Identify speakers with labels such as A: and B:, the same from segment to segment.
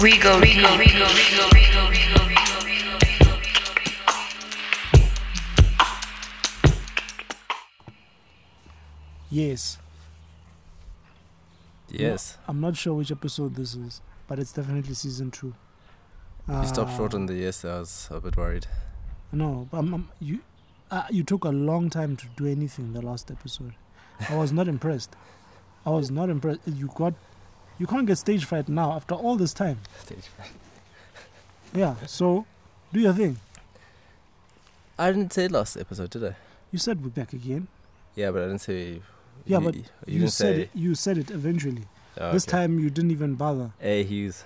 A: We go, we go, we go, we go, we go, we go, we go, we go, we go, we go.
B: Yes.
C: Yes.
B: I'm not sure which episode this is, but it's definitely season two. Uh,
C: You stopped short on the yes. I was a bit worried.
B: No, but I'm, I'm- you, uh, you took a long time to do anything the last episode. I was not impressed. I was not impressed. You got, you can't get stage fright now after all this time. Yeah. So, do your thing.
C: I didn't say last episode, did I?
B: You said we're back again.
C: Yeah, but I didn't say.
B: Yeah,
C: you,
B: but
C: you,
B: You,
C: didn't
B: said
C: say.
B: it. You said it eventually.
C: Oh,
B: This
C: okay.
B: time you didn't even bother.
C: Hey Hughes.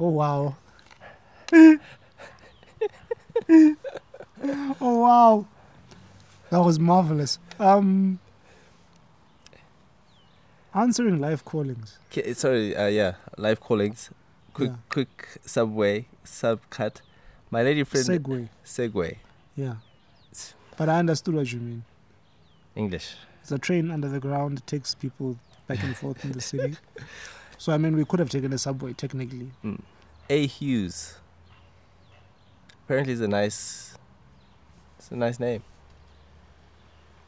B: Oh wow. oh wow. That was marvelous. Um answering live callings.
C: K- sorry. Uh, yeah. Live callings. Quick,
B: Yeah.
C: quick subway subcut. My lady friend.
B: Segway.
C: Segway.
B: Yeah. But I understood what you mean.
C: English.
B: It's a train under the ground, it takes people back and forth in the city. So I mean we could have taken a subway technically.
C: A Hughes. Apparently, it's a nice. It's a nice name.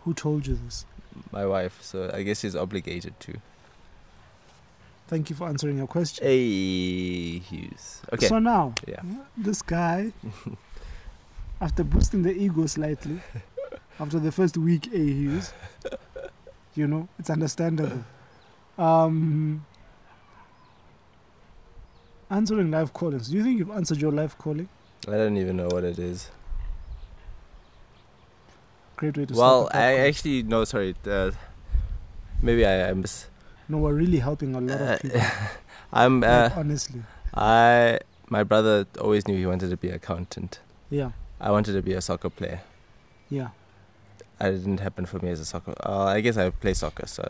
B: Who told you this?
C: My wife. So I guess she's obligated to.
B: Thank you for answering your question.
C: A Hughes. Okay.
B: So now,
C: Yeah.
B: this guy, after boosting the ego slightly, after the first week A Hughes, you know, it's understandable. Um, answering live callings. Do you think you've answered your live calling?
C: I don't even know what it is.
B: Great way to
C: Well,
B: start. the
C: I
B: podcast.
C: actually no, sorry. Uh, maybe I, I miss.
B: no, we're really helping a lot of people.
C: I'm. Uh,
B: like, honestly,
C: I. My brother always knew he wanted to be accountant.
B: yeah,
C: I wanted to be a soccer player.
B: yeah.
C: That didn't happen for me as a soccer. Uh, I guess I play soccer, so.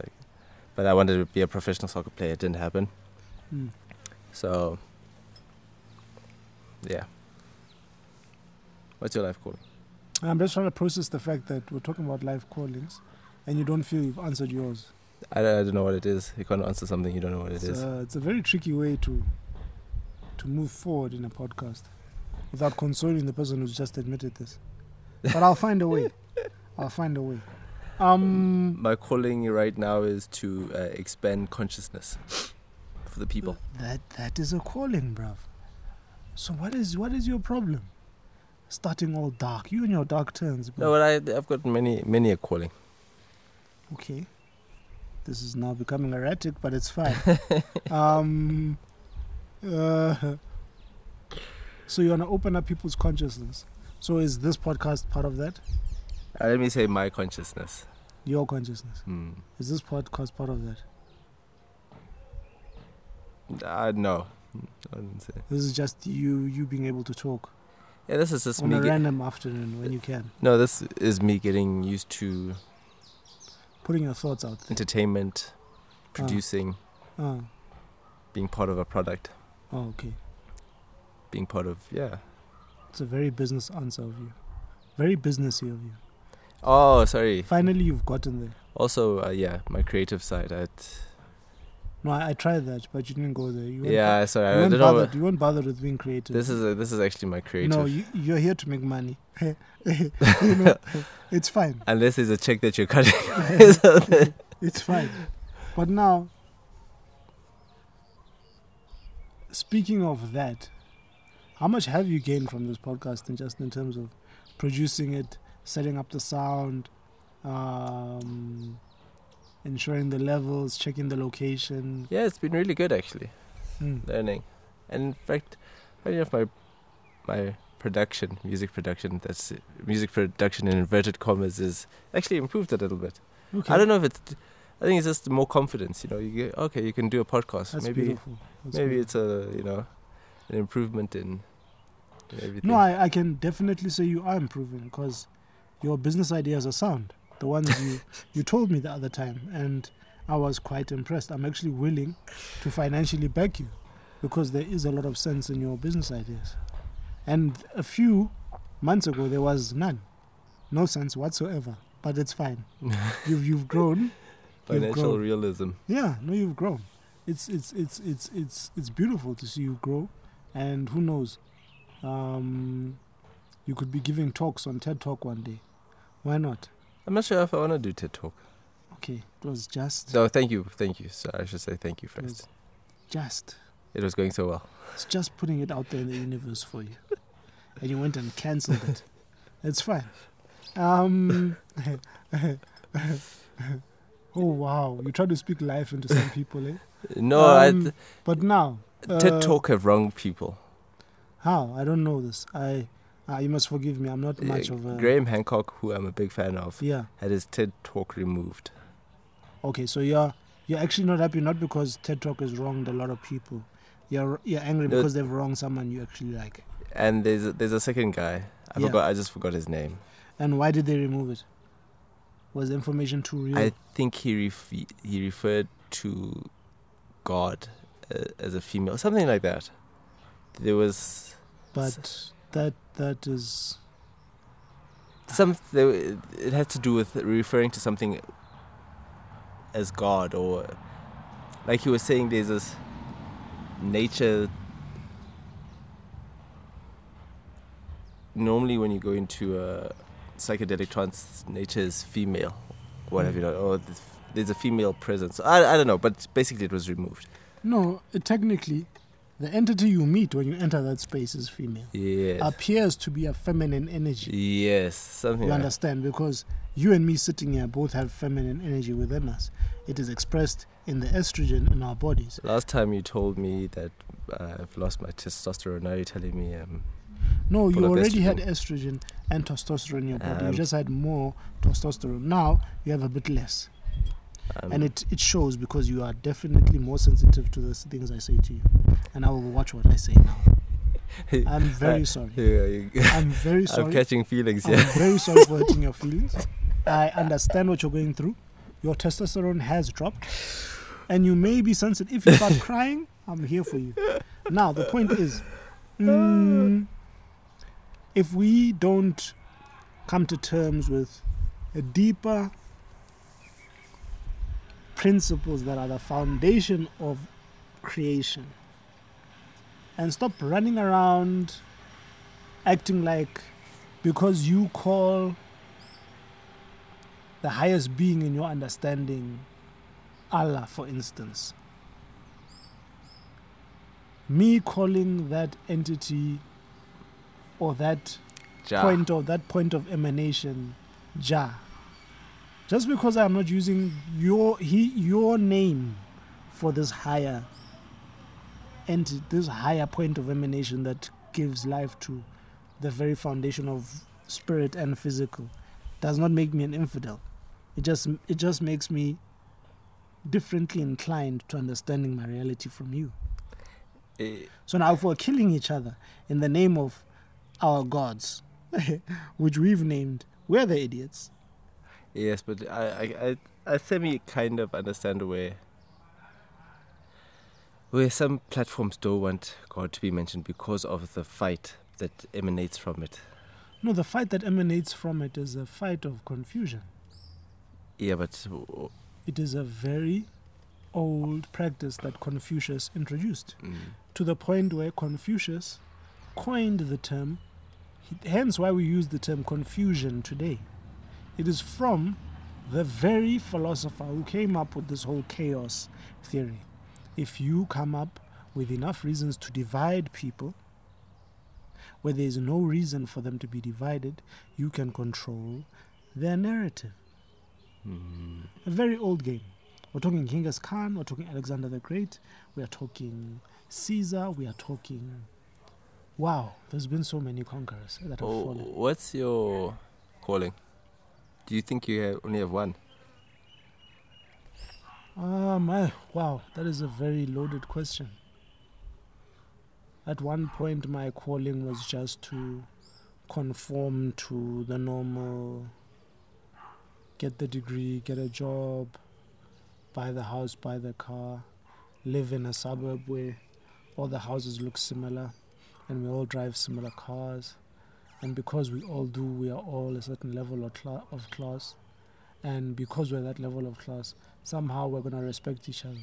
C: But I wanted to be a professional soccer player. It didn't happen.
B: Mm.
C: So. Yeah. What's your life calling?
B: I'm just trying to process the fact that we're talking about live callings, and you don't feel you've answered yours.
C: I don't, I don't know what it is. You can't answer something you don't know what it
B: it's,
C: is.
B: A, it's a very tricky way to to move forward in a podcast without consoling the person who's just admitted this. But I'll find a way. I'll find a way. Um,
C: My calling right now is to uh, expand consciousness for the people.
B: that that is a calling, bruv. So what is what is your problem? Starting all dark. You and your dark turns.
C: No,
B: bruv.
C: but I, I've got many, many a calling.
B: okay. This is now becoming erratic, but it's fine. um, uh, so you want to open up people's consciousness. So is this podcast part of that?
C: Uh, let me say my consciousness.
B: Your consciousness.
C: Hmm.
B: Is this podcast part of that?
C: Uh, no, I wouldn't say.
B: This is just you you being able to talk
C: Yeah, this is just
B: on
C: me.
B: a
C: Get,
B: random afternoon when you can,
C: no, this is me getting used to
B: putting your thoughts out there.
C: entertainment, producing,
B: Ah,
C: being part of a product,
B: oh, okay.
C: being part of yeah.
B: It's a very business answer of you. Very businessy of you.
C: Oh, sorry.
B: Finally, you've gotten there.
C: Also, uh, yeah, my creative side. i
B: No, I, I tried that, but you didn't go there. You weren't-
C: yeah, sorry.
B: you
C: I
B: weren't
C: don't know.
B: bothered. You weren't bothered with being creative.
C: This is a, this is actually my creative.
B: No, you, you're here to make money. you know, it's fine.
C: Unless there's a check that you're cutting. or something.
B: It's fine. But now, speaking of that, how much have you gained from this podcast, and just in terms of producing it, setting up the sound, um, ensuring the levels, checking the location?
C: yeah, it's been really good actually.
B: Mm.
C: learning. And in fact, funny enough, my my production, music production, that's it, music production in inverted commas, is actually improved a little bit.
B: Okay,
C: I don't know if it's. I think it's just more confidence. You know, you get okay, you can do a podcast.
B: That's
C: maybe
B: beautiful. That's
C: maybe
B: beautiful.
C: it's a you know an improvement in, in everything.
B: No, I, I can definitely say you are improving because your business ideas are sound. The ones you, you told me the other time, and I was quite impressed. I'm actually willing to financially back you because there is a lot of sense in your business ideas. And a few months ago, there was none, no sense whatsoever. But it's fine. You've you've grown.
C: Financial
B: grown.
C: realism.
B: Yeah, no, you've grown. it's it's it's it's it's it's beautiful to see you grow, and who knows, um, you could be giving talks on TED Talk one day. Why not?
C: I'm not sure if I want to do TED Talk.
B: Okay, it was just
C: No, thank you, thank you. So I should say thank you first.
B: just
C: It was going so well.
B: it's just putting it out there in the universe for you, and you went and cancelled it. It's fine. Um, oh wow, you tried to speak life into some people, eh?
C: No, I
B: Um,
C: th-
B: But now uh,
C: TED Talk have wrong people.
B: How? I don't know this. I, uh, you must forgive me. I'm not much
C: Uh,
B: of a.
C: Graham Hancock, who I'm a big fan of,
B: Yeah.
C: had his TED Talk removed.
B: Okay. So you're you're actually not happy not because TED Talk has wronged a lot of people. You're you're angry
C: No.
B: because they've wronged someone you actually like.
C: And there's a, there's a second guy. I
B: Yeah.
C: forgot. I just forgot his name.
B: And why did they remove it? Was the information too real?
C: I think he ref- he referred to God uh, as a female, something like that. There was
B: but that that is
C: some. There, it had to do with referring to something as God, or like he was saying, there's this nature. Normally, when you go into a psychedelic trance, nature is female, what have you
B: Mm.
C: done? Or th- there's a female presence. I, I don't know, but basically, it was removed.
B: no. It, technically, the entity you meet when you enter that space is female.
C: Yes.
B: Appears to be a feminine energy.
C: Yes, something
B: Ah. You
C: like
B: understand? Because you and me sitting here both have feminine energy within us. It is expressed in the estrogen in our bodies.
C: Last time you told me that uh, I've lost my testosterone. Now you're telling me um,
B: No,
C: Full
B: you
C: of
B: already had
C: estrogen.
B: estrogen and testosterone in your body.
C: Um,
B: you just had more testosterone. Now you have a bit less.
C: I'm
B: and it, it shows because you are definitely more sensitive to the s- things I say to you. And I will watch what I say now. I'm very sorry.
C: Yeah, you-
B: I'm very
C: I'm
B: sorry. Oh,
C: catching feelings.
B: I'm
C: Yeah,
B: very sorry for hurting your feelings. I understand what you're going through. Your testosterone has dropped, and you may be sensitive. If you start crying, I'm here for you. Now, the point is mm, if we don't come to terms with a deeper principles that are the foundation of creation and stop running around acting like because you call the highest being in your understanding Allah, for instance. Me calling that entity or that
C: Ja.
B: point of that point of emanation, Jah. Just because I'm not using your he your name for this higher entity, this higher point of emanation that gives life to the very foundation of spirit and physical, does not make me an infidel. It just it just makes me differently inclined to understanding my reality from you.
C: Eh,
B: So now, if we're killing each other in the name of our gods, which we've named, we're the idiots.
C: yes, but I, I, I, I semi kind of understand where where some platforms don't want God to be mentioned because of the fight that emanates from it.
B: No, the fight that emanates from it is a fight of confusion.
C: Yeah, but w- w-
B: It is a very old practice that Confucius introduced
C: mm,
B: to the point where Confucius coined the term, hence why we use the term confusion today. It is from the very philosopher who came up with this whole chaos theory. If you come up with enough reasons to divide people, where there is no reason for them to be divided, you can control their narrative. A very old game. We're talking Genghis Khan, we're talking Alexander the Great, we are talking Caesar, we are talking. Wow, there's been so many conquerors that have
C: oh,
B: fallen.
C: what's your calling? Do you think you have, only have one?
B: Um, I, wow, that is a very loaded question. At one point, my calling was just to conform to the normal get the degree, get a job, buy the house, buy the car, live in a suburb where all the houses look similar and we all drive similar cars. And because we all do, we are all a certain level of, cla- of class. And because we're that level of class, somehow we're going to respect each other.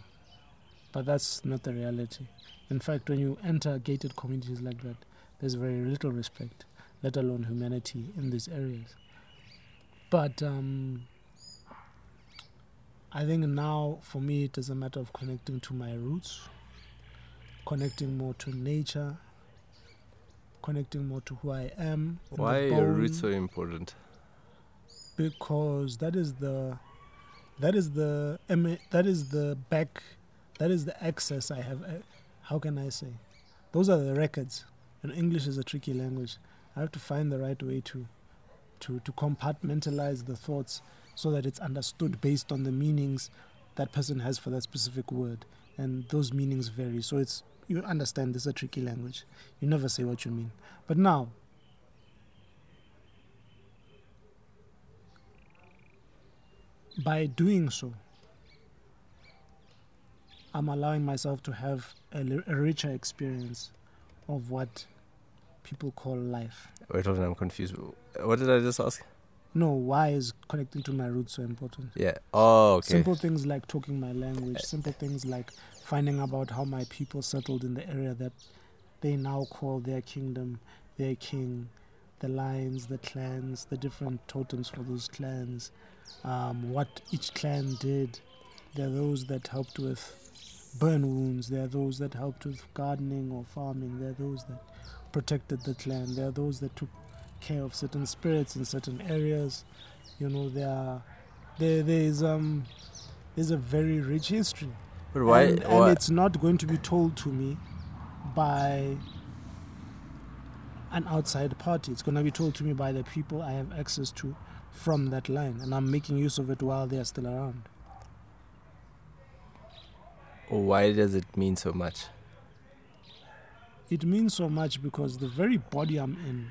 B: But that's not the reality. In fact, when you enter gated communities like that, there's very little respect, let alone humanity, in these areas. But um, I think now, for me, it is a matter of connecting to my roots, connecting more to nature, connecting more to who I am. in the
C: Why are your roots
B: bone
C: so important?
B: because that is the that is the emi- that is the back that is the access i have Uh, how can i say those are the records and english is a tricky language i have to find the right way to to to compartmentalize the thoughts so that it's understood based on the meanings that person has for that specific word and those meanings vary so it's you understand this is a tricky language you never say what you mean but now by doing so, I'm allowing myself to have a, li- a richer experience of what people call life.
C: Wait, hold on, I'm confused. What did I just ask?
B: No, why is connecting to my roots so important?
C: Yeah. Oh, okay.
B: Simple things like talking my language, simple things like finding about how my people settled in the area that they now call their kingdom, their king, the lines, the clans, the different totems for those clans, um, what each clan did. There are those that helped with burn wounds, there are those that helped with gardening or farming, there are those that protected the clan, there are those that took care of certain spirits in certain areas. You know, there are there there's um there's a very rich history.
C: But why?
B: And, and
C: why?
B: it's not going to be told to me by an outside party. It's going to be told to me by the people I have access to from that line, and I'm making use of it while they are still around.
C: why does it mean so much?
B: It means so much because the very body I'm in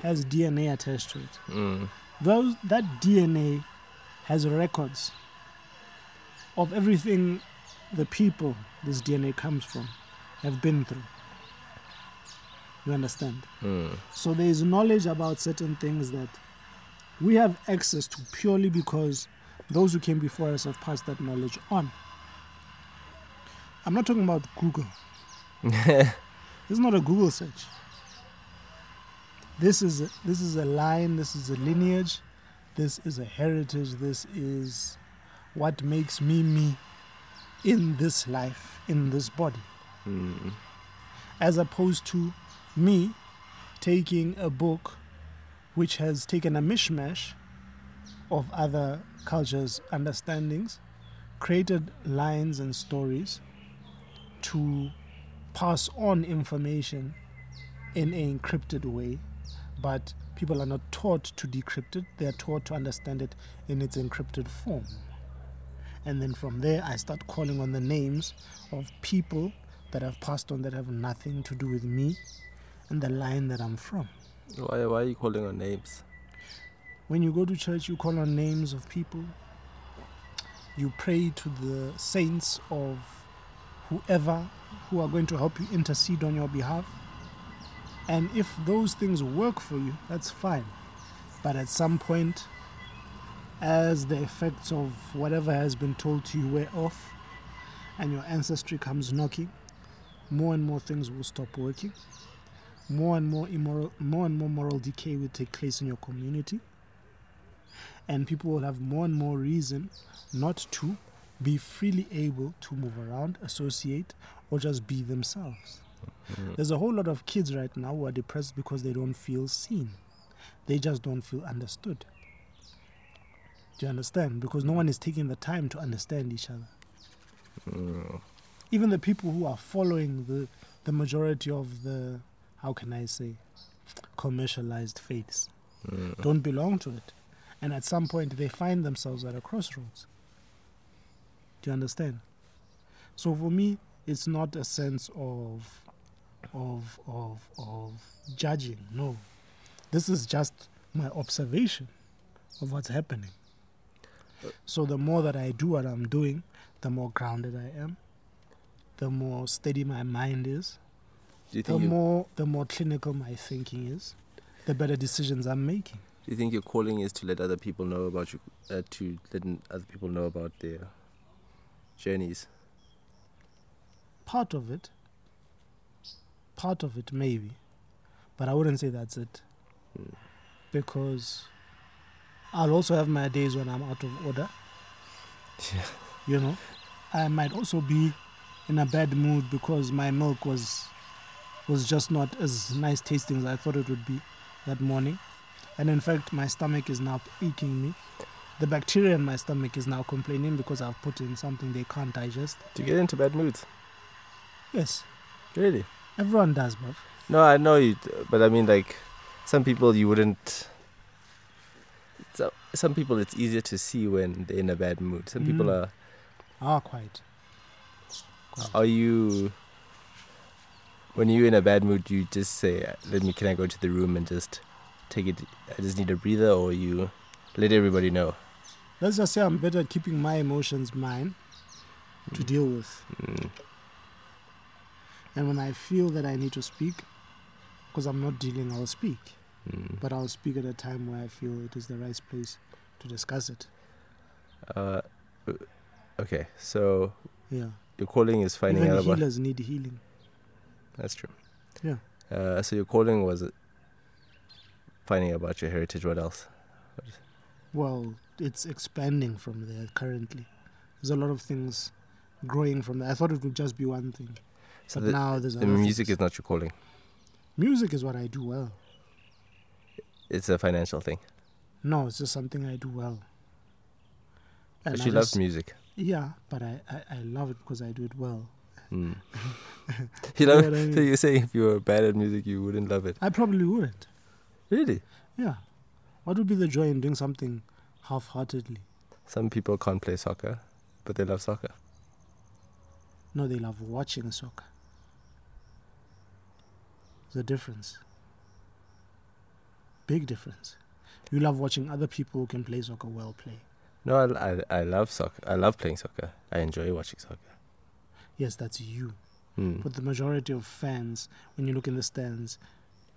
B: has DNA attached to it.
C: Mm.
B: Those that DNA has records of everything the people this DNA comes from have been through. You understand?
C: Mm.
B: So there is knowledge about certain things that we have access to purely because those who came before us have passed that knowledge on. I'm not talking about Google. This is not a Google search. This is a, this is a line. This is a lineage. This is a heritage. This is what makes me me in this life, in this body,
C: Mm.
B: as opposed to me taking a book which has taken a mishmash of other cultures' understandings, created lines and stories to pass on information in a encrypted way, but people are not taught to decrypt it, they are taught to understand it in its encrypted form. And then from there, I start calling on the names of people that have passed on that have nothing to do with me and the line that I'm from.
C: Why? Why are you calling on names?
B: When you go to church, you call on names of people. You pray to the saints of whoever who are going to help you intercede on your behalf. And if those things work for you, that's fine. But at some point, as the effects of whatever has been told to you wear off and your ancestry comes knocking, more and more things will stop working. More and more immoral, more and more moral decay will take place in your community and people will have more and more reason not to be freely able to move around, associate, or just be themselves. There's a whole lot of kids right now who are depressed because they don't feel seen. They just don't feel understood. Do you understand? Because no one is taking the time to understand each other. Even the people who are following the, the majority of the, how can I say, commercialized faiths don't belong to it and at some point they find themselves at a crossroads. Do you understand? So for me, it's not a sense of of of of judging. No, this is just my observation of what's happening. So the more that I do what I'm doing, the more grounded I am, the more steady my mind is,
C: Do you
B: the
C: think? You,
B: more the more clinical my thinking is, the better decisions I'm making.
C: do you think your calling is to let other people know about you? Uh, to let n- other people know about their journeys.
B: part of it, part of it maybe, but I wouldn't say that's it, because I'll also have my days when I'm out of order.
C: Yeah.
B: You know, I might also be in a bad mood because my milk was was just not as nice tasting as I thought it would be that morning, and in fact, my stomach is now aching me. The bacteria in my stomach is now complaining because I've put in something they can't digest.
C: Do you get into bad moods?
B: Yes,
C: Really?
B: everyone does, bruv.
C: No, I know you, d- but I mean, like, some people you wouldn't. So, some people it's easier to see when they're in a bad mood. Some people
B: Mm.
C: are.
B: Ah, quite.
C: Are you. When you're in a bad mood, you just say, "Uh, let me, can I go to the room and just take it? I just need a breather, or you let everybody know.
B: Let's just say I'm better at keeping my emotions mine to deal with.
C: Mm.
B: And when I feel that I need to speak, because I'm not dealing, I'll speak.
C: Mm.
B: But I'll speak at a time where I feel it is the right place to discuss it.
C: Uh, okay, so
B: Yeah.
C: your calling is finding
B: Even
C: out about.
B: healers need healing.
C: That's true.
B: Yeah.
C: Uh, so your calling was finding out about your heritage. What else?
B: Well, it's expanding from there currently. There's a lot of things growing from there. I thought it would just be one thing.
C: So
B: but
C: the,
B: now there's
C: the
B: other
C: music
B: things.
C: is not your calling.
B: music is what I do well.
C: It's a financial thing.
B: No, it's just something I do well.
C: but
B: I
C: you love
B: just-
C: music.
B: Yeah, but I, I, I love it because I do it well.
C: Mm. you
B: You
C: love.
B: know what I
C: So
B: mean?
C: you're saying if you were bad at music, you wouldn't love it.
B: I probably wouldn't.
C: Really?
B: Yeah. What would be the joy in doing something half heartedly?
C: Some people can't play soccer, but they love soccer.
B: No, they love watching soccer. The difference. Big difference. You love watching other people who can play soccer well play.
C: No, I, I, I love soccer. I love playing soccer. I enjoy watching soccer.
B: Yes, that's you.
C: Mm.
B: But the majority of fans, when you look in the stands,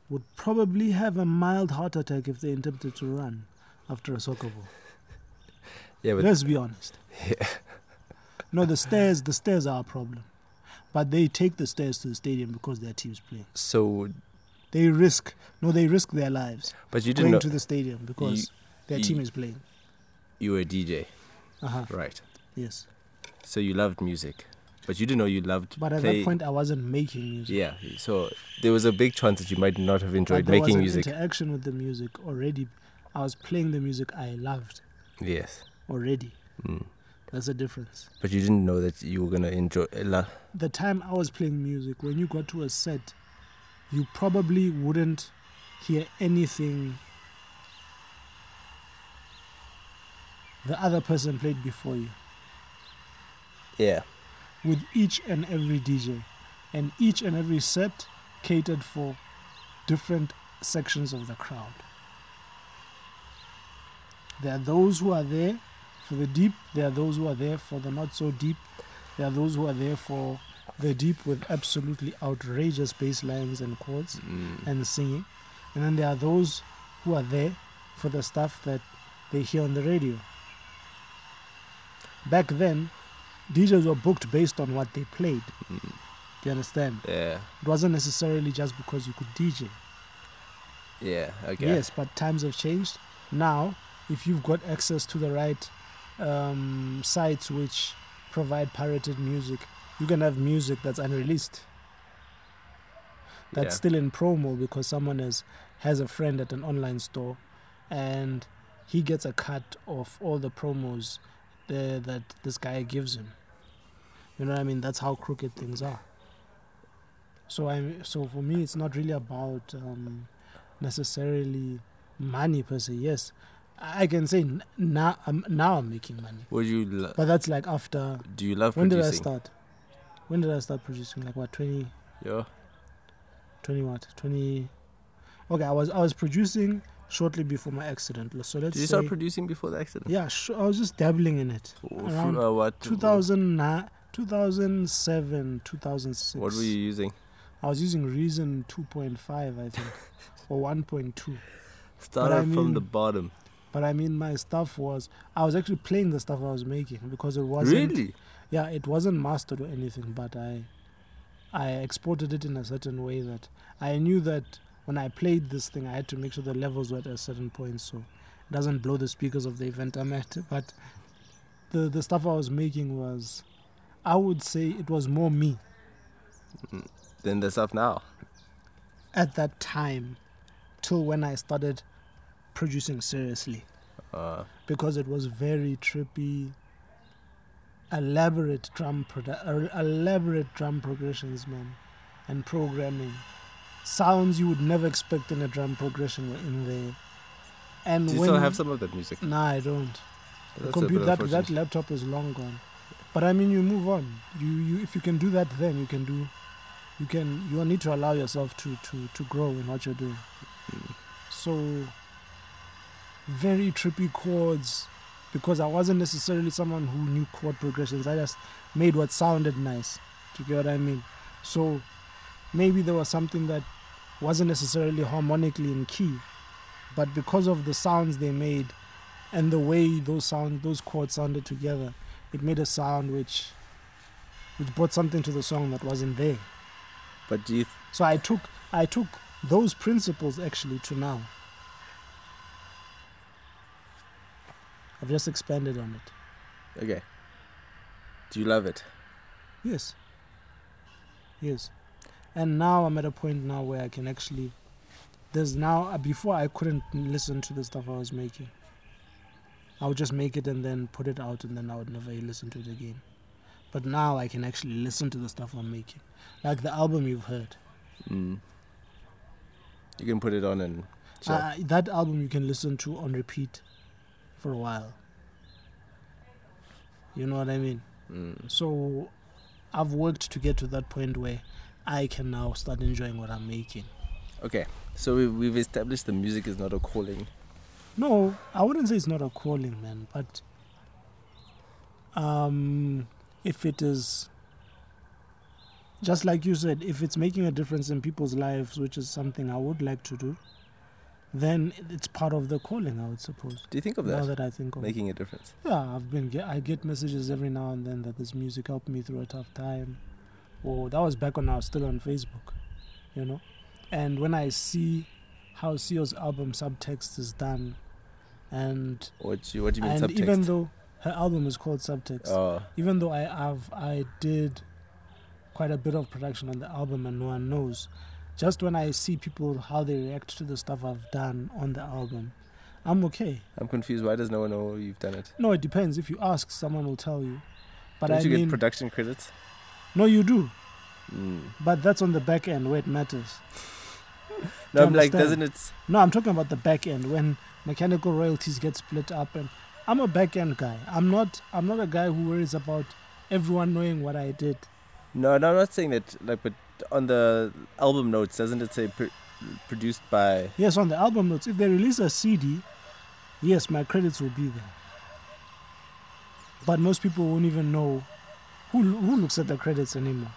B: would probably have a mild heart attack if they attempted to run after a soccer ball.
C: Yeah, but
B: Let's be honest.
C: Yeah.
B: No, the stairs, the stairs are a problem. But they take the stairs to the stadium because their team's playing.
C: so.
B: They risk, no, they risk their lives
C: But you didn't
B: going
C: know
B: to the stadium because their
C: you-
B: team is playing.
C: you were a DJ,
B: Uh huh.
C: right?
B: Yes.
C: So you loved music, but you didn't know you loved.
B: But at
C: play-
B: that point, I wasn't making music.
C: Yeah, so there was a big chance that you might not have
B: but
C: enjoyed
B: there was
C: making
B: an
C: music.
B: interaction with the music already. I was playing the music I loved
C: yes,
B: already.
C: Mm.
B: That's the difference.
C: but you didn't know that you were gonna enjoy. uh, La-
B: the time I was playing music, when you got to a set, you probably wouldn't hear anything the other person played before you.
C: yeah,
B: With each and every DJ, and each and every set catered for different sections of the crowd. There are those who are there for the deep, there are those who are there for the not so deep, there are those who are there for the deep with absolutely outrageous bass lines and chords
C: Mm.
B: and singing. And then there are those who are there for the stuff that they hear on the radio. Back then, DJs were booked based on what they played. Do you understand?
C: yeah,
B: It wasn't necessarily just because you could DJ.
C: yeah. Okay.
B: Yes, but times have changed. Now, if you've got access to the right um, sites which provide pirated music, you can have music that's unreleased, that's
C: yeah.
B: still in promo because someone has, has a friend at an online store and he gets a cut of all the promos uh, that this guy gives him. You know what I mean? That's how crooked things are. So I so for me, it's not really about um, necessarily money per se. Yes, I I can say n- now I'm now I'm making money,
C: Would you lo-
B: but that's like after
C: do you love
B: when did I
C: producing?
B: start? When did I start producing? Like what 20,
C: Yeah.
B: 20 what twenty? Okay, I was I was producing shortly before my accident. So let's
C: Did you
B: say
C: start producing before the accident?
B: yeah, sure, I was just dabbling in it.
C: Or f-
B: Around
C: uh, what?
B: 2009, 2007, 2006.
C: What were you using?
B: I was using Reason 2.5, I think, or 1.2.
C: Start
B: I
C: off from the
B: mean-
C: bottom.
B: But I mean, my stuff was I was actually playing the stuff I was making because it wasn't
C: really?
B: yeah, it wasn't mastered or anything. But I I exported it in a certain way that I knew that when I played this thing, I had to make sure the levels were at a certain point so it doesn't blow the speakers of the event I'm at. But the, the stuff I was making was, I would say it was more me
C: Then the stuff now.
B: at that time till when I started producing seriously
C: Uh,
B: because it was very trippy, elaborate drum produ- er, elaborate drum progressions, man, and programming. Sounds you would never expect in a drum progression were in there. And
C: do you
B: when
C: still have some of that music?
B: Nah, I don't. The
C: That's a
B: computer
C: bit
B: that that
C: unfortunate.
B: laptop is long gone. But I mean, you move on. You you if you can do that, then you can do. You can you need to allow yourself to to to grow in what you're doing.
C: Hmm.
B: So very trippy chords because I wasn't necessarily someone who knew chord progressions. I just made what sounded nice. Do you get what I mean? So maybe there was something that wasn't necessarily harmonically in key, but because of the sounds they made and the way those sound those chords sounded together, it made a sound which which brought something to the song that wasn't there.
C: But do you th-
B: So I took I took those principles actually to now. I've just expanded on it.
C: okay? Do you love it?
B: Yes. Yes. And now I'm at a point now where I can actually. There's now. uh, Before I couldn't listen to the stuff I was making. I would just make it and then put it out and then I would never listen to it again. But now I can actually listen to the stuff I'm making. Like the album you've heard.
C: Mm. You can put it on and chill.
B: Uh, that album you can listen to on repeat for a while. You know what I mean?
C: mm.
B: So I've worked to get to that point where I can now start enjoying what I'm making.
C: Okay, so we, we've established the music is not a calling.
B: No, I wouldn't say it's not a calling, man, but um, if it is, just like you said, if it's making a difference in people's lives, which is something I would like to do, then it's part of the calling, I would suppose.
C: Do you think of
B: Now
C: that?
B: that I think of it.
C: Making a difference.
B: Yeah, I've been get, I get messages every now and then that this music helped me through a tough time. Or that was back when I was still on Facebook, you know. And when I see how Sio's album subtext is done, and
C: What do you, what do you mean
B: and
C: subtext?
B: even though her album is called subtext,
C: oh,
B: even though I have I did quite a bit of production on the album and no one knows. Just when I see people how they react to the stuff I've done on the album, I'm okay.
C: I'm confused. Why does no one know you've done it?
B: No, it depends. If you ask, someone will tell you. But
C: Don't
B: I
C: you
B: mean,
C: get production credits?
B: no, you do.
C: Mm.
B: But that's on the back end where it matters.
C: No, I'm like,
B: understand.
C: doesn't it?
B: No, I'm talking about the back end when mechanical royalties get split up. And I'm a back end guy. I'm not. I'm not a guy who worries about everyone knowing what I did.
C: No, no, I'm not saying that. Like, but on the album notes, doesn't it say pr- produced by?
B: Yes, on the album notes, if they release a CD, yes, my credits will be there. But most people won't even know who who looks at the credits anymore.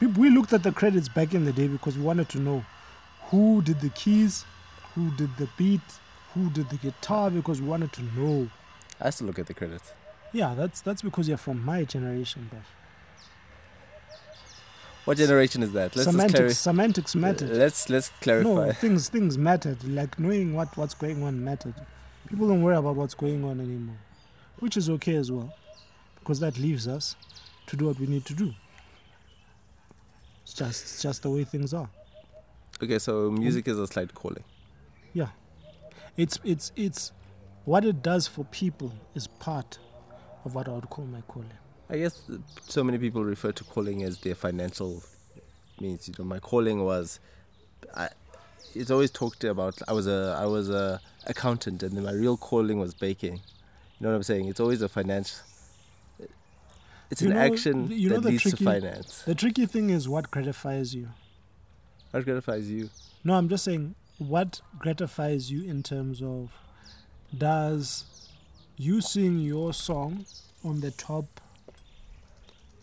B: Peop- We looked at the credits back in the day because we wanted to know who did the keys, who did the beat, who did the guitar, because we wanted to know.
C: I still look at the credits.
B: Yeah, that's that's because you're from my generation, bro.
C: What generation is that? Let's just
B: semantics,
C: clarify.
B: semantics mattered.
C: Let's let's clarify.
B: No, things things mattered. Like knowing what what's going on mattered. People don't worry about what's going on anymore, which is okay as well, because that leaves us to do what we need to do. It's just it's just the way things are.
C: Okay, so music is a slight calling.
B: Yeah, it's it's it's what it does for people is part of what I would call my calling.
C: I guess uh, so many people refer to calling as their financial means. You know, my calling was, I, it's always talked about. I was a I was a accountant, and then my real calling was baking. You know what I'm saying? It's always a finance. It's
B: You
C: an
B: know-
C: action
B: you know
C: that
B: the
C: leads
B: tricky-
C: to finance.
B: The tricky thing is what gratifies you.
C: What gratifies you?
B: No, I'm just saying what gratifies you in terms of does you seeing your song on the top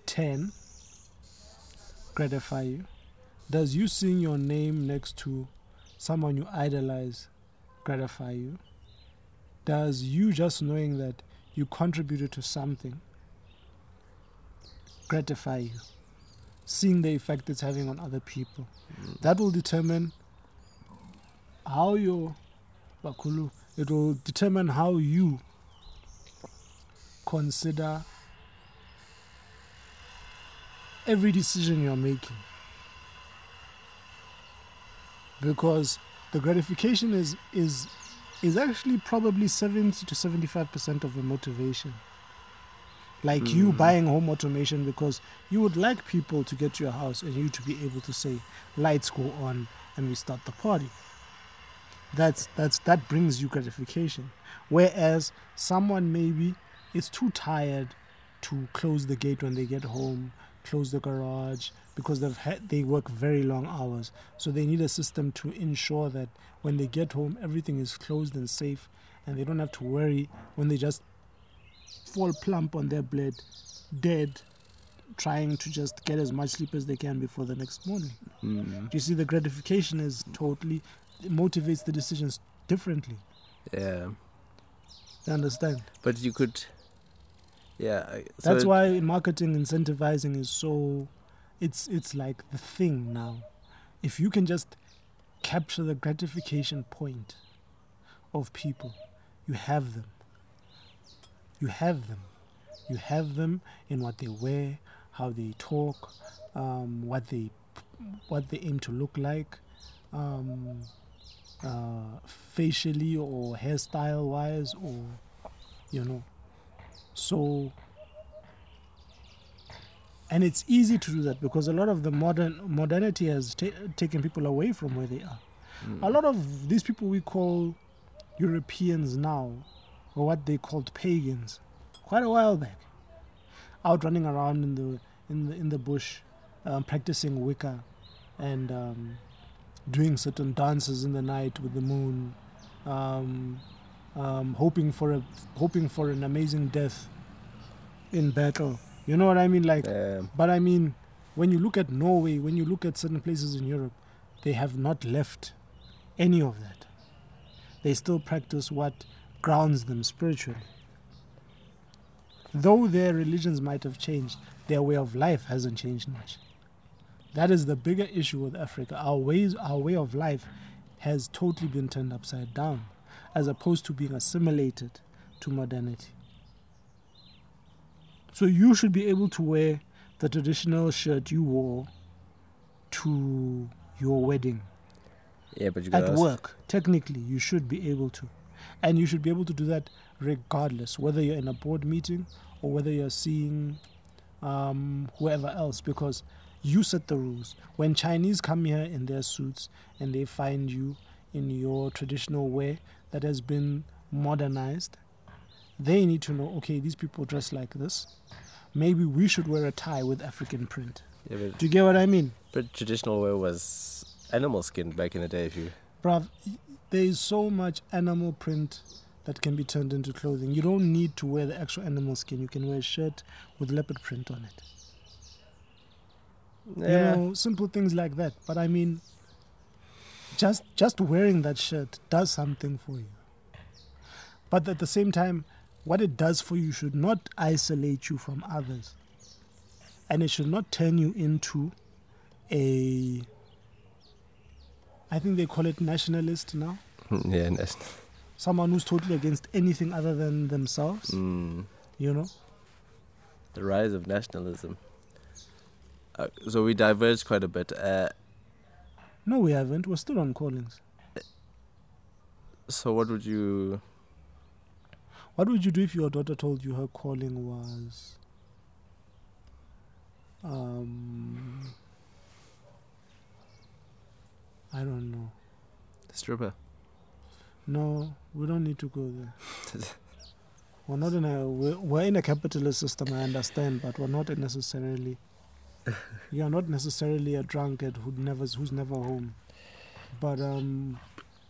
B: 10 gratify you? Does you seeing your name next to someone you idolize gratify you? Does you just knowing that you contributed to something gratify you? seeing the effect it's having on other people. That will determine how your bakulu. It will determine how you consider every decision you're making. Because the gratification is is is actually probably 70 to 75% of the motivation. Like you buying home automation because you would like people to get to your house and you to be able to say, lights go on and we start the party. That's that's that brings you gratification. Whereas someone maybe is too tired to close the gate when they get home, close the garage because they've had, they work very long hours. So they need a system to ensure that when they get home, everything is closed and safe, and they don't have to worry when they just fall plump on their bed, dead, trying to just get as much sleep as they can before the next morning. Do you see the gratification is totally it motivates the decisions differently.
C: Yeah.
B: You understand?
C: But you could. Yeah. I- so
B: That's
C: it-
B: why in marketing incentivizing is so it's it's like the thing now. If you can just capture the gratification point of people, you have them. You have them. You have them in what they wear, how they talk, um, what they what they aim to look like, um, uh, facially or hairstyle wise, or you know. So and it's easy to do that because a lot of the modern modernity has ta- taken people away from where they are a lot of these people we call europeans now or what they called pagans quite a while back out running around in the in the, in the bush um, practicing wicca and um, doing certain dances in the night with the moon um, um, hoping for a hoping for an amazing death in battle you know what i mean like
C: Yeah.
B: but I mean, when you look at Norway, when you look at certain places in Europe, they have not left any of that. They still practice what grounds them spiritually. Though their religions might have changed, their way of life hasn't changed much. That is the bigger issue with Africa. Our ways, our way of life, has totally been turned upside down, as opposed to being assimilated to modernity. So you should be able to wear the traditional shirt you wore to your wedding
C: Yeah, but you
B: at
C: got
B: work. Technically, you should be able to, and you should be able to do that regardless whether you're in a board meeting or whether you're seeing um, whoever else because you set the rules. When Chinese come here in their suits and they find you in your traditional wear that has been modernized, they need to know okay, these people dress like this. Maybe we should wear a tie with African print.
C: Yeah, but
B: Do you get what I mean?
C: But traditional wear was animal skin back in the day. If you
B: Bruv, there is so much animal print that can be turned into clothing. You don't need to wear the actual animal skin. You can wear a shirt with leopard print on it.
C: Yeah.
B: You know, simple things like that. But I mean, just just wearing that shirt does something for you. But at the same time, what it does for you should not isolate you from others. And it should not turn you into a I think they call it nationalist now.
C: yeah, national.
B: someone who's totally against anything other than themselves,
C: Mm,
B: you know?
C: the rise of nationalism. Uh, so we diverged quite a bit. Uh,
B: No, we haven't. We're still on callings.
C: so what would you?
B: What would you do if your daughter told you her calling was um I don't know.
C: Stripper.
B: No, we don't need to go there. We're not in a we're, we're in a capitalist system, I understand, but we're not necessarily you're not necessarily a drunkard who never who's never home, but um,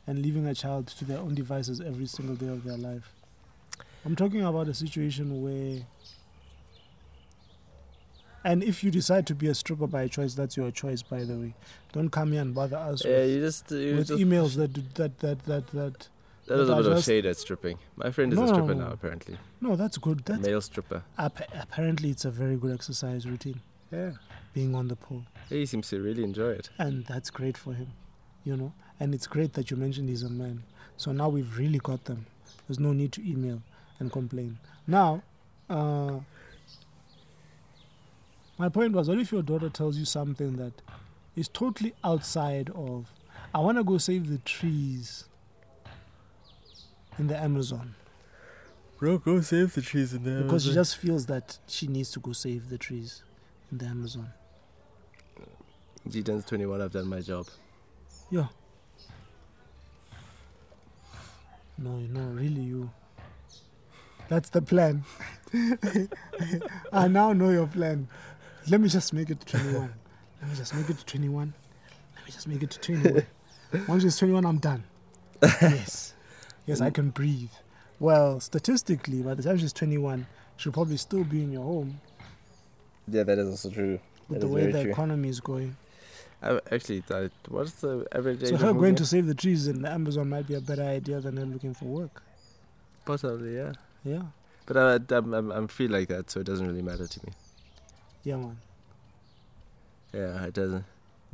B: and leaving a child to their own devices every single day of their life. I'm talking about a situation where, and if you decide to be a stripper by choice, that's your choice, by the way. Don't come here and bother us
C: Yeah,
B: with,
C: Uh, you just you
B: with
C: just
B: emails that do- that that that that.
C: that was a
B: I
C: bit of
B: just-
C: shade at stripping. My friend is a
B: No,
C: stripper
B: no,
C: now,
B: no.
C: apparently.
B: No, that's good. That's
C: Male stripper.
B: App- apparently it's a very good exercise routine.
C: Yeah.
B: being on the pole.
C: He seems to really enjoy it.
B: And that's great for him, you know. And it's great that you mentioned he's a man. So now we've really got them. There's no need to email and complain. Now, uh, my point was what if your daughter tells you something that is totally outside of, I want to go save the trees in the Amazon?
C: Bro, go save the trees in there.
B: Because she just feels that she needs to go save the trees in the Amazon.
C: G turns 21, I've done my job.
B: No, no, really, you. That's the plan. I now know your plan. Let me just make it to 21. Let me just make it to 21. Let me just make it to 21. Once it's 21, I'm done. Yes. Yes, I can breathe. Well, statistically, by the time she's 21, she'll probably still be in your home
C: Yeah, that is also true.
B: with
C: That
B: the
C: is
B: way
C: very
B: the
C: true.
B: economy is going.
C: I actually thought, it- what's the average age
B: So,
C: of
B: her going
C: movement?
B: to save the trees in the Amazon might be a better idea than her looking for work.
C: Possibly, yeah.
B: Yeah.
C: But I, I'm, I'm, I'm free like that, so it doesn't really matter to me.
B: Yeah, man.
C: Yeah, it doesn't.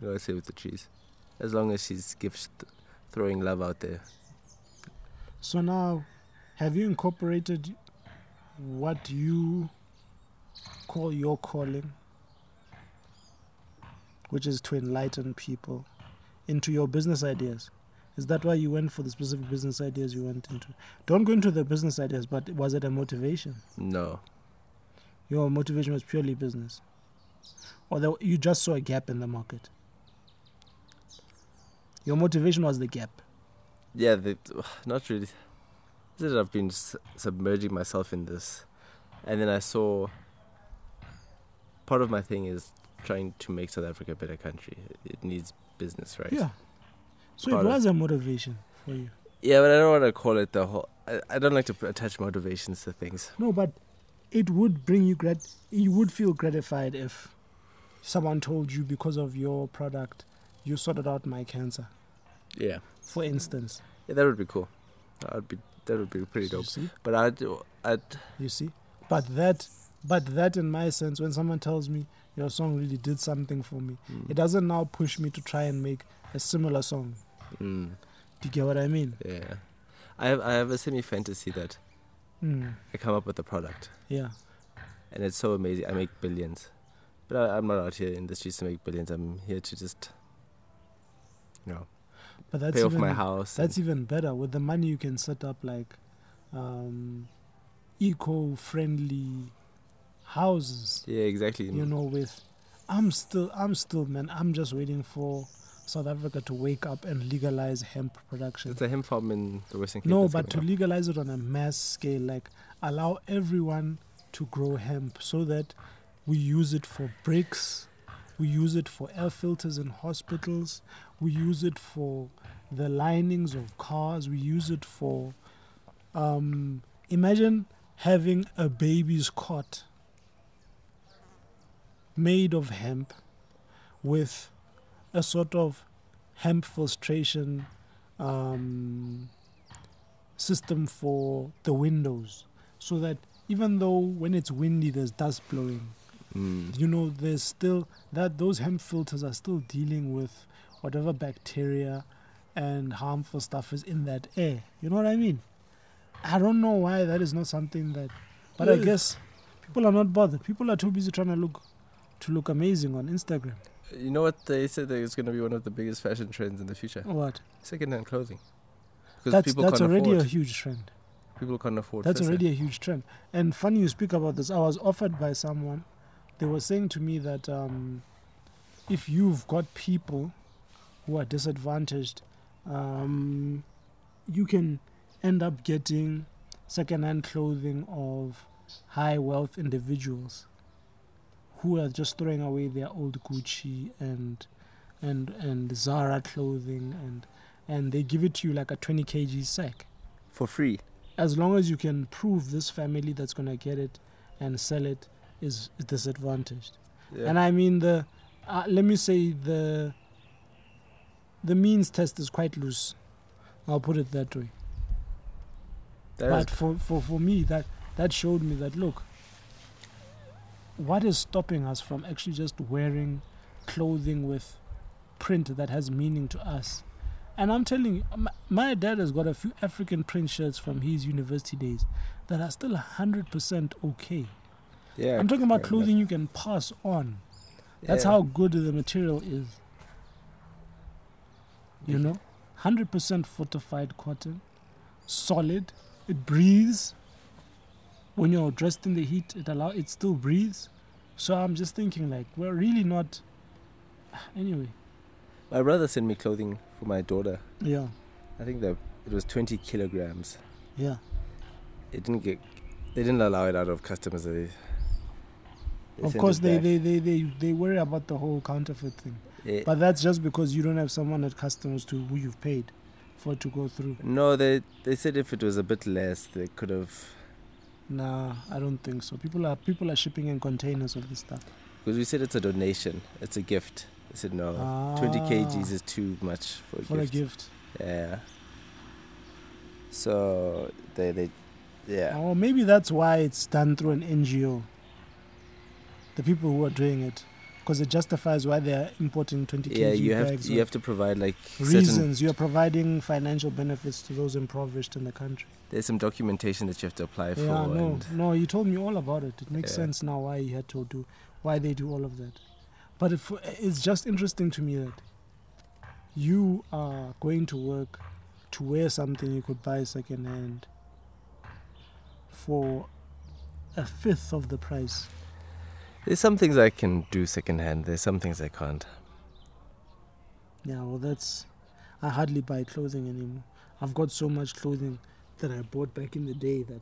C: You know, I say with the trees. As long as she's gives th- throwing love out there.
B: So now, have you incorporated what you call your calling, which is to enlighten people, into your business ideas? Is that why you went for the specific business ideas you went into? Don't go into the business ideas, but was it a motivation?
C: No.
B: Your motivation was purely business, or that you just saw a gap in the market. Your motivation was the gap.
C: Yeah, the, not really. Is it I've been s- submerging myself in this, and then I saw. Part of my thing is trying to make South Africa a better country. It needs business, right?
B: Yeah. So
C: Got
B: it
C: it.
B: was a motivation for you.
C: Yeah, but I don't want to call it the whole. I, I don't like to p- attach motivations to things.
B: No, but it would bring you grat. You would feel gratified if someone told you because of your product, you sorted out my cancer,
C: Yeah.
B: for instance.
C: Yeah, that would be cool. That would be that would be pretty
B: You
C: dope.
B: see,
C: But I'd I'd
B: you see. But that, but that, in my sense, when someone tells me your song really did something for me,
C: Mm.
B: it doesn't now push me to try and make a similar song.
C: mm,
B: Do you get what I mean?
C: yeah. I have I have a semi fantasy that
B: Mm,
C: I come up with a product
B: yeah.
C: and it's so amazing. I make billions, but I, I'm not out here in the streets to make billions. I'm here to just you know
B: But that's
C: pay off
B: even,
C: my house.
B: That's
C: and,
B: even better. With the money, you can set up like um, eco-friendly houses.
C: yeah, exactly.
B: You know, with I'm still, I'm still, man. I'm just waiting for South Africa to wake up and legalize hemp production.
C: it's a hemp farm in the Western Cape.
B: No,
C: that's
B: but to
C: coming up.
B: legalize it on a mass scale, like allow everyone to grow hemp, so that we use it for bricks, we use it for air filters in hospitals, we use it for the linings of cars, we use it for. Um, imagine having a baby's cot made of hemp with a sort of hemp filtration um, system for the windows so that even though when it's windy there's dust blowing
C: Mm,
B: you know there's still that those hemp filters are still dealing with whatever bacteria and harmful stuff is in that air you know what i mean i don't know why that is not something that but i
C: Yeah.
B: guess people are not bothered people are too busy trying to look to look amazing on instagram
C: Mm. you know what they said that it's going to be one of the biggest fashion trends in the future:
B: what
C: secondhand clothing. Because
B: that's
C: people
B: that's
C: can't
B: already
C: afford.
B: a huge trend
C: people can't afford.
B: That's
C: first hand.
B: already a huge trend. And funny you speak about this. I was offered by someone. They were saying to me that um, if you've got people who are disadvantaged, um, you can end up getting secondhand clothing of high wealth individuals who are just throwing away their old Gucci and and and Zara clothing and and they give it to you like a 20 kg sack
C: for free.
B: as long as you can prove this family that's going to get it and sell it is is disadvantaged
C: Yeah.
B: and i mean the uh, let me say the the means test is quite loose i'll put it that way
C: That is
B: but for, for for me that that showed me that look what is stopping us from actually just wearing clothing with print that has meaning to us? And I'm telling you, my, my dad has got a few African print shirts from his university days that are still 100% okay.
C: Yeah.
B: I'm talking about
C: fair enough.
B: clothing you can pass on. That's
C: Yeah.
B: how good the material is. You know, 100% fortified cotton, solid, it breathes. When you're dressed in the heat, it allow it still breathes. So I'm just thinking like we're really not anyway.
C: My brother sent me clothing for my daughter.
B: Yeah.
C: I think that it was 20 kilograms.
B: Yeah.
C: It didn't get. They didn't allow it out of customers. They, they sent
B: of
C: it
B: course they,
C: back.
B: they, they, they, they worry about the whole counterfeit thing.
C: Yeah.
B: But that's just because you don't have someone at customs to who you've paid for it to go through.
C: No, they they said if it was a bit less, they could have.
B: Nah, I don't think so. People are people are shipping in containers of this stuff.
C: Because we said it's a donation, it's a gift. They said no, 20 kgs is too much for a
B: Ah. for
C: gift.
B: a gift.
C: Yeah. So they they, yeah.
B: Or Oh, maybe that's why it's done through an NGO. The people who are doing it, because it justifies why they are importing 20
C: Yeah,
B: kg
C: you have
B: bags.
C: you
B: of
C: have to provide like certain.
B: reasons you are providing financial benefits to those impoverished in the country.
C: There's some documentation that you have to apply for.
B: Yeah, no,
C: and
B: no. You told me all about it. It makes
C: Yeah.
B: sense now why he had to do, why they do all of that. But if, it's just interesting to me that you are going to work to wear something you could buy secondhand for a fifth of the price.
C: There's some things I can do secondhand. There's some things I can't.
B: Yeah, well, that's. I hardly buy clothing anymore. I've got so much clothing that I bought back in the day that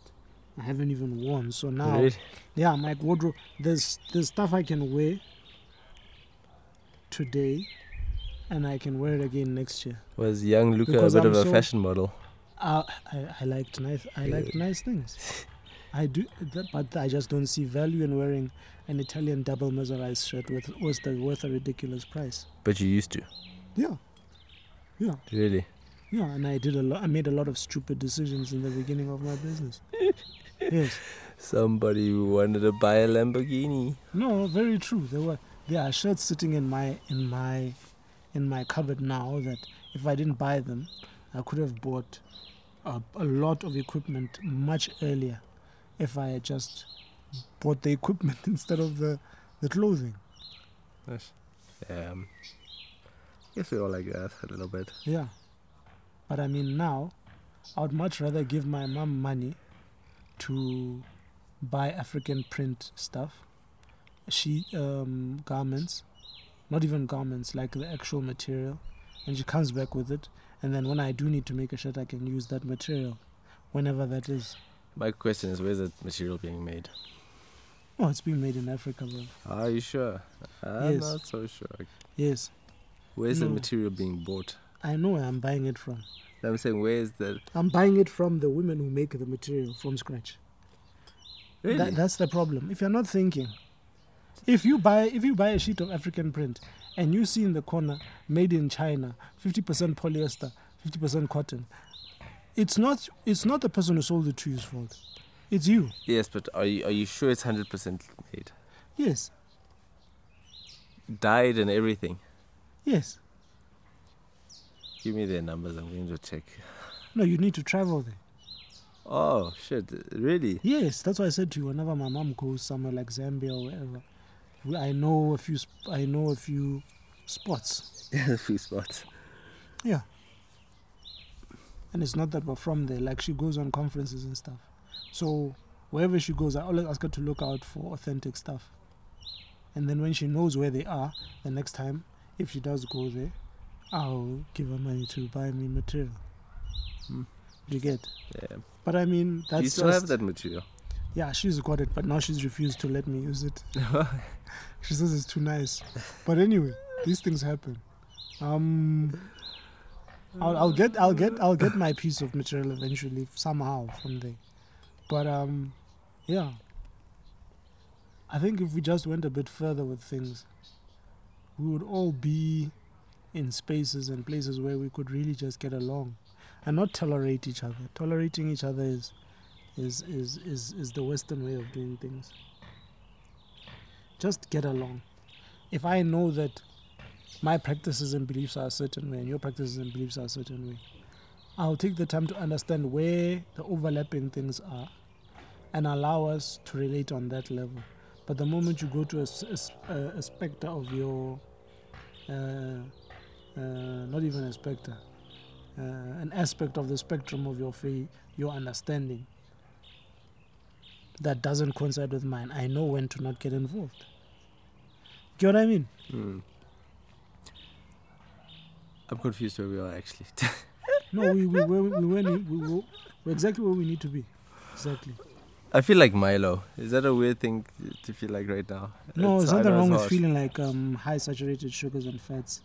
B: I haven't even worn. So now,
C: Really?
B: yeah, my wardrobe. There's there's stuff I can wear today, and I can wear it again next year.
C: Was young Luca
B: Because
C: a bit
B: I'm
C: of a
B: so-
C: fashion model?
B: I I, I liked nice. I like nice things. I do, that, but I just don't see value in wearing an Italian double mesmerized shirt with worth a, worth a ridiculous price.
C: But you used to.
B: Yeah, yeah.
C: Really?
B: Yeah, and I did a lot. I made a lot of stupid decisions in the beginning of my business. yes.
C: Somebody who wanted to buy a Lamborghini.
B: No, very true. There were there are shirts sitting in my in my in my cupboard now that if I didn't buy them, I could have bought a, a lot of equipment much earlier if I had just bought the equipment instead of the the clothing.
C: Um, guess we all like that a little bit.
B: Yeah. But I mean, now, I would much rather give my mom money to buy African print stuff, she um, garments, not even garments, like the actual material, and she comes back with it. And then when I do need to make a shirt, I can use that material, whenever that is.
C: My question is, where's that material being made?
B: Oh, it's being made in Africa, bro.
C: Are you sure? I'm
B: Yes.
C: not so sure.
B: Yes,
C: Where's the
B: No.
C: material being bought?
B: I know where I'm buying it from.
C: I'm saying, where's the
B: I'm buying it from the women who make the material from scratch.
C: really?
B: That, that's the problem. If you're not thinking, if you buy if you buy a sheet of African print and you see in the corner made in China, 50% polyester, 50% cotton, it's not it's not the person who sold it to you's fault. It's you.
C: yes, but are you are you sure it's hundred percent made,
B: Yes.
C: dyed and everything?
B: Yes.
C: Give me their numbers. I'm going to check.
B: No, you need to travel there.
C: Oh shit! Really?
B: Yes, that's why I said to you. Whenever my mom goes somewhere like Zambia or wherever, we- I know a few. sp- I know a few spots.
C: a few spots.
B: Yeah. And it's not that we're from there. Like she goes on conferences and stuff. So wherever she goes, I always ask her to look out for authentic stuff. And then when she knows where they are, the next time, if she does go there, I'll give her money to buy me material.
C: Hmm.
B: You get.
C: Yeah.
B: But I mean, that's
C: you still
B: just
C: have that material.
B: yeah, she's got it, but now she's refused to let me use it. She says it's too nice. But anyway, these things happen. Um, I'll, I'll get I'll get I'll get my piece of material eventually somehow from there. But um, yeah. I think if we just went a bit further with things, we would all be in spaces and places where we could really just get along and not tolerate each other. Tolerating each other is is is is, is the Western way of doing things. just get along. If I know that my practices and beliefs are a certain way and your practices and beliefs are a certain way, I'll take the time to understand where the overlapping things are and allow us to relate on that level. But the moment you go to a, s- a s- a- a specter of your, uh, uh, not even a specter, uh, an aspect of the spectrum of your faith, your understanding that doesn't coincide with mine, I know when to not get involved. Get what I mean?
C: Mm. I'm confused where we are actually.
B: No, we we we we, we, we, we, we we're exactly where we need to be. Exactly.
C: I feel like Milo. Is that a weird thing to feel like right now?
B: No,
C: It's-
B: there's
C: I
B: nothing
C: know
B: wrong
C: it's
B: with
C: harsh.
B: feeling like um, high saturated sugars and fats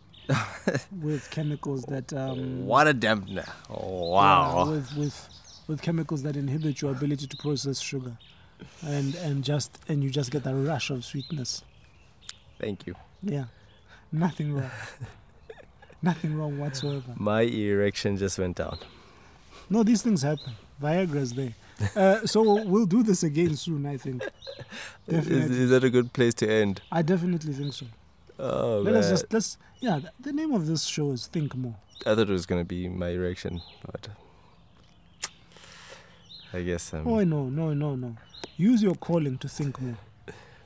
B: with chemicals that um,
C: Oh, What a dampener!
B: yeah,
C: Wow.
B: with with with chemicals that inhibit your ability to process sugar, and and just and you just get that rush of sweetness.
C: Thank you.
B: Yeah, nothing wrong. nothing wrong whatsoever.
C: My erection just went down.
B: No, these things happen. Viagra's there. Uh, so we'll do this again soon. I think.
C: Is,
B: Definitely.
C: is that a good place to end?
B: I definitely think so.
C: Oh
B: Let
C: man!
B: us just let's yeah. th- The name of this show is Think More.
C: I thought it was gonna be my erection, but I guess um,
B: Oh no no no no. Use your calling to think more.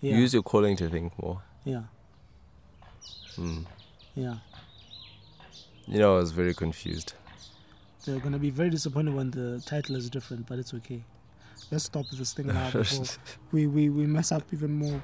B: Yeah
C: use your calling to think more.
B: yeah
C: Mm.
B: yeah.
C: You know, I was very confused.
B: They're gonna be very disappointed when the title is different, but it's okay. Let's stop this thing now before we, we, we mess up even more.